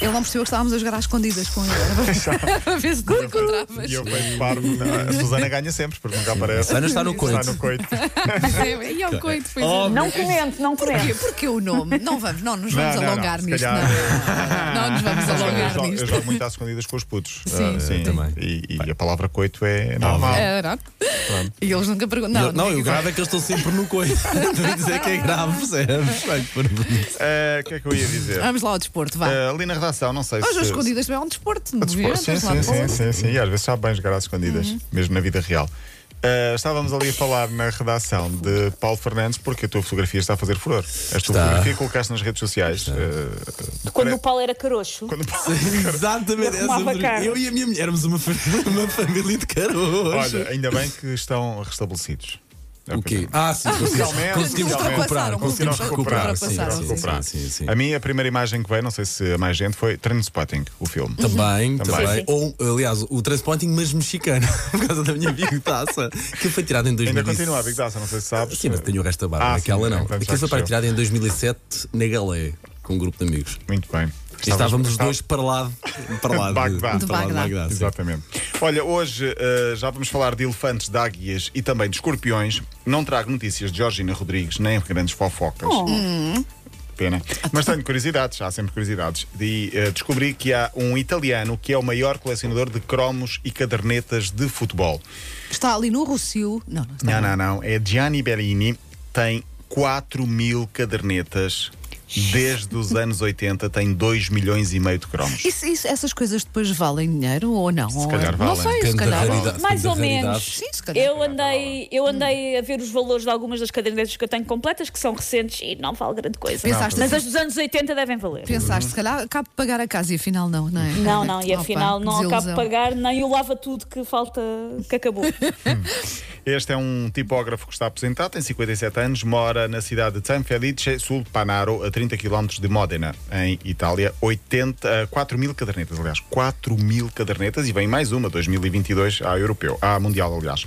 Ele não percebeu que estávamos a jogar às escondidas com ele. Para ver se tu encontravas. E eu feito parvo. não, A Susana ganha sempre, porque nunca aparece. Susana está no Está coito. no coito. É, E ao coito, pois é. Óbvio. Não comente, não comente. Porquê? Porquê o nome? Não vamos, não nos vamos Não, não, alongar não, se nisto. calhar. Não, não, não nos vamos Eu jogo- Então, eu alongar jogo, eu nisto. jogo muito às escondidas com os putos. Sim. Ah, Eu também. E, e a palavra coito é normal. É, não? E eles nunca perguntam. Não, Não, nunca eu grave é que eu estou sempre no coito. Estou a dizer que é grave, percebes? Olha, por bonito. Ah, O que é que eu ia dizer? Vamos lá ao desporto, vá. Ah, ali na redação, não sei Hoje se. as escondidas também é um desporto, não Ah, desporto, devia? Vamos sim, lá Uhum. sim, para sim, o- sim, sim. E às vezes sabe bem jogar às escondidas, mesmo na vida real. Ah, estávamos ali a falar na redação de Paulo Fernandes porque a tua fotografia está a fazer furor. A tua fotografia que colocaste nas redes sociais. ah, Quando pare- o Paulo era caroxo. quando o Paulo- Exatamente. Eu arrumava essa- cara. eu e a minha mulher éramos uma, fa- uma família de caroço. Olha, é ainda bem que estão restabelecidos. O quê? Ah, sim, Realmente, conseguimos realmente. recuperar. Conseguimos recuperar. Ultrapassaram, Sim, sim, ultrapassaram. sim, sim, sim. A minha primeira imagem que veio, não sei se a mais gente, foi Trainspotting, o filme. Também. Também, também. Ou, aliás, o Transpointing, mas mexicano, por causa da minha Big Taça, que foi tirado em 2007. Ainda continua a Big Taça, não sei se sabes. Sim, mas tenho o resto da barba. Ah, sim, Aquela não. portanto, já Aquilo foi para cresceu. tirado em 2007 na Galé, com um grupo de amigos. Muito bem. E estávamos os dois para lá para lá Bagdá. De para lá Bagdá. Bagdá, sim. Exatamente. Olha, hoje eh, já vamos falar de elefantes, de águias e também de escorpiões. Não trago notícias de Georgina Rodrigues, nem grandes fofocas. Pena. Mas tenho curiosidades, há sempre curiosidades. E eh, descobri que há um italiano que é o maior colecionador de cromos e cadernetas de futebol. Está ali no Rocio. Não, não está. Não, não, não. É Gianni Bellini, tem 4 mil cadernetas. Desde os anos 80 tem 2 milhões e meio de cromos. Isso, isso- essas coisas depois valem dinheiro ou não? Se calhar Não valem. sei, se Grande calhar. raridade, Mais grande ou raridade. menos. Sim, se calhar. Eu andei, Hum. eu andei a ver os valores de algumas das cadernetas que eu tenho completas, que são recentes e não vale grande coisa. Pensaste, assim? Mas as dos anos 80 devem valer. Uhum. pensaste, se calhar acabo de pagar a casa e afinal não, não é? Não, não, e Opa, afinal não desilusão. acabo de pagar nem o lava tudo que falta, que acabou. É Este é um tipógrafo que está aposentado, tem 57 anos, mora na cidade de San Felice sul Panaro, a 30 km de Modena, em Itália. 80, ah, 4 mil cadernetas, aliás, 4 mil cadernetas e vem mais uma, 2022, à europeu, à mundial, aliás.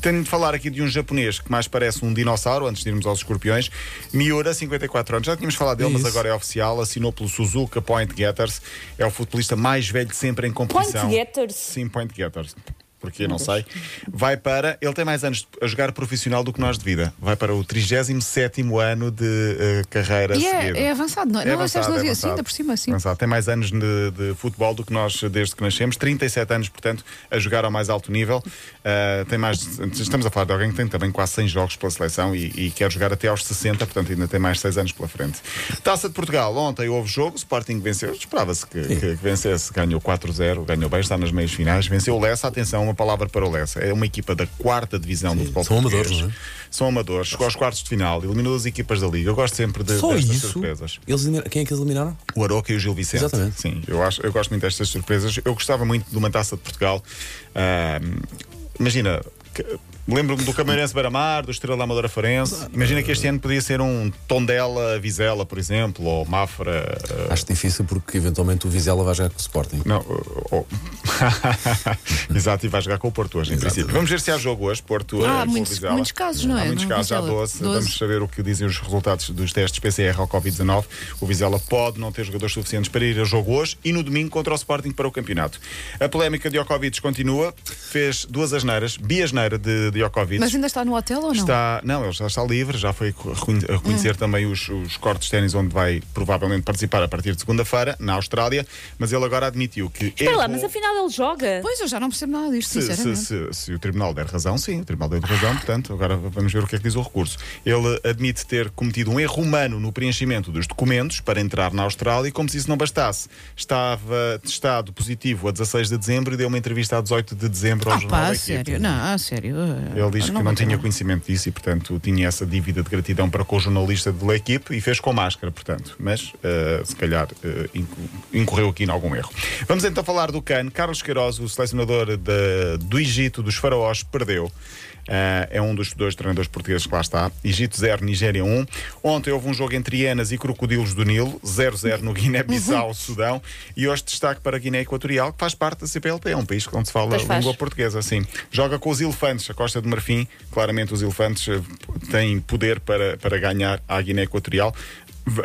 Tenho de falar aqui de um japonês que mais parece um dinossauro, antes de irmos aos escorpiões. Miura, 54 anos, já tínhamos falado dele, mas Isso. agora é oficial, assinou pelo Suzuka Point Getters, é o futebolista mais velho de sempre em competição. Point Getters? Sim, Point Getters. Porque não sei. Vai para. Ele tem mais anos a jogar profissional do que nós de vida. Vai para o 37 ano de eh, carreira E é- seguida. é avançado, não é? Não, disseste no dia, sim, ainda por cima, sim. Avançado. Tem mais anos de, de futebol do que nós desde que nascemos. 37 anos, portanto, a jogar ao mais alto nível. Ah, tem mais, estamos a falar de alguém que tem também quase 100 jogos pela seleção e, e quer jogar até aos 60, portanto, ainda tem mais 6 anos pela frente. Taça de Portugal. Ontem houve jogo, o Sporting venceu. Esperava-se que, que- que vencesse. Ganhou 4-0, ganhou bem, está nas meias finais. Venceu o Lessa. Atenção, uma palavra para o Lessa. É uma equipa da quarta divisão do futebol São português. amadores, não é? São amadores. Chegou aos quartos de final, eliminou as equipas da Liga. Eu gosto sempre de, Só destas isso? surpresas. Eles eliminaram- Quem é que eles eliminaram? O Aroca e o Gil Vicente. Exatamente. Sim, eu, acho, eu gosto muito destas surpresas. Eu gostava muito de uma taça de Portugal. Ah, imagina, que- lembro-me do Camarões Beira-Mar, do Estrela Amadora Forense. Imagina que este ano podia ser um Tondela Vizela, por exemplo, ou Mafra. ah, Acho difícil porque eventualmente o Vizela vai jogar com o Sporting. não, ou- Exato, e vai jogar com o Porto hoje, em Exato. princípio. Vamos ver se há jogo hoje, Porto. Ah, eh, há com o muitos- Vizela. muitos casos, não é? Há muitos No casos, já há Vizela. 12. 12. Vamos saber o que dizem os resultados dos testes PCR ao Covid-19. O Vizela pode não ter jogadores suficientes para ir a jogo hoje e no domingo contra o Sporting para o campeonato. A polémica de Ocovides continua. Fez duas asneiras, biasneira de, de Ocovides. Mas ainda está no hotel ou não? Hum. Está, não, ele já está livre, já foi co- reconhe- a reconhecer também os, os cortes de ténis onde vai provavelmente participar a partir de segunda-feira, na Austrália, mas ele agora admitiu que. Espera lá, errou- mas afinal ele joga. Pois eu já não percebo nada disto, se, se- sinceramente. se- se o Tribunal der razão, sim, o Tribunal deu razão, portanto, agora vamos ver o que é que diz o recurso. Ele admite ter cometido um erro humano no preenchimento dos documentos para entrar na Austrália e, como se isso não bastasse, estava testado positivo a 16 de dezembro e deu uma entrevista a 18 de dezembro ao Ah, jornal pá, da a Equipe. sério. Não, a sério. É. Ele diz que não vou tinha ter- conhecimento disso e, portanto, tinha essa dívida de gratidão para com o jornalista da equipe e fez com máscara, portanto. Mas, eh, se calhar, eh, inco- incorreu aqui em algum erro. Vamos então falar do CAN. Carlos Queiroz, o selecionador de- do Egito, dos Faraós, perdeu. Ah, é um dos dois treinadores portugueses que lá está. Egito 0, Nigéria 1. Ontem houve um jogo entre hienas e crocodilos do Nilo, 0-0 no Guiné-Bissau, Sudão. E hoje destaque para a Guiné Equatorial, que faz parte da CPLP. É um país onde se fala Pois língua faz. portuguesa portuguesa, sim. assim. Joga com os elefantes, a Costa de Marfim. Claramente, os elefantes eh, têm poder para, para ganhar a Guiné Equatorial. Va-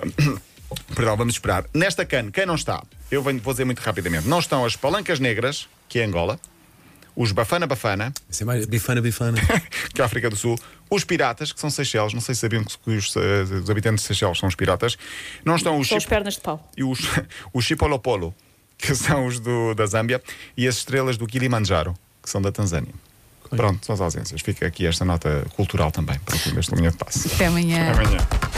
Perdão, vamos esperar. Nesta CAN, quem não está? Eu venho, vou dizer muito rapidamente. Não estão as Palancas Negras, que é Angola, os Bafana Bafana, Isso é mais bifana, bifana. que é a África do Sul, os Piratas, que são Seychelles, não sei se sabiam que os, eh, os habitantes de Seychelles são os piratas. Não estão os São as Chip- pernas de pau. e os, os Chipolopolo, que são os do, da Zâmbia, e as estrelas do Kilimanjaro, que são da Tanzânia. Pronto, são as ausências. Fica aqui esta nota cultural também, para o fim deste linha de passe. Até amanhã. Até amanhã.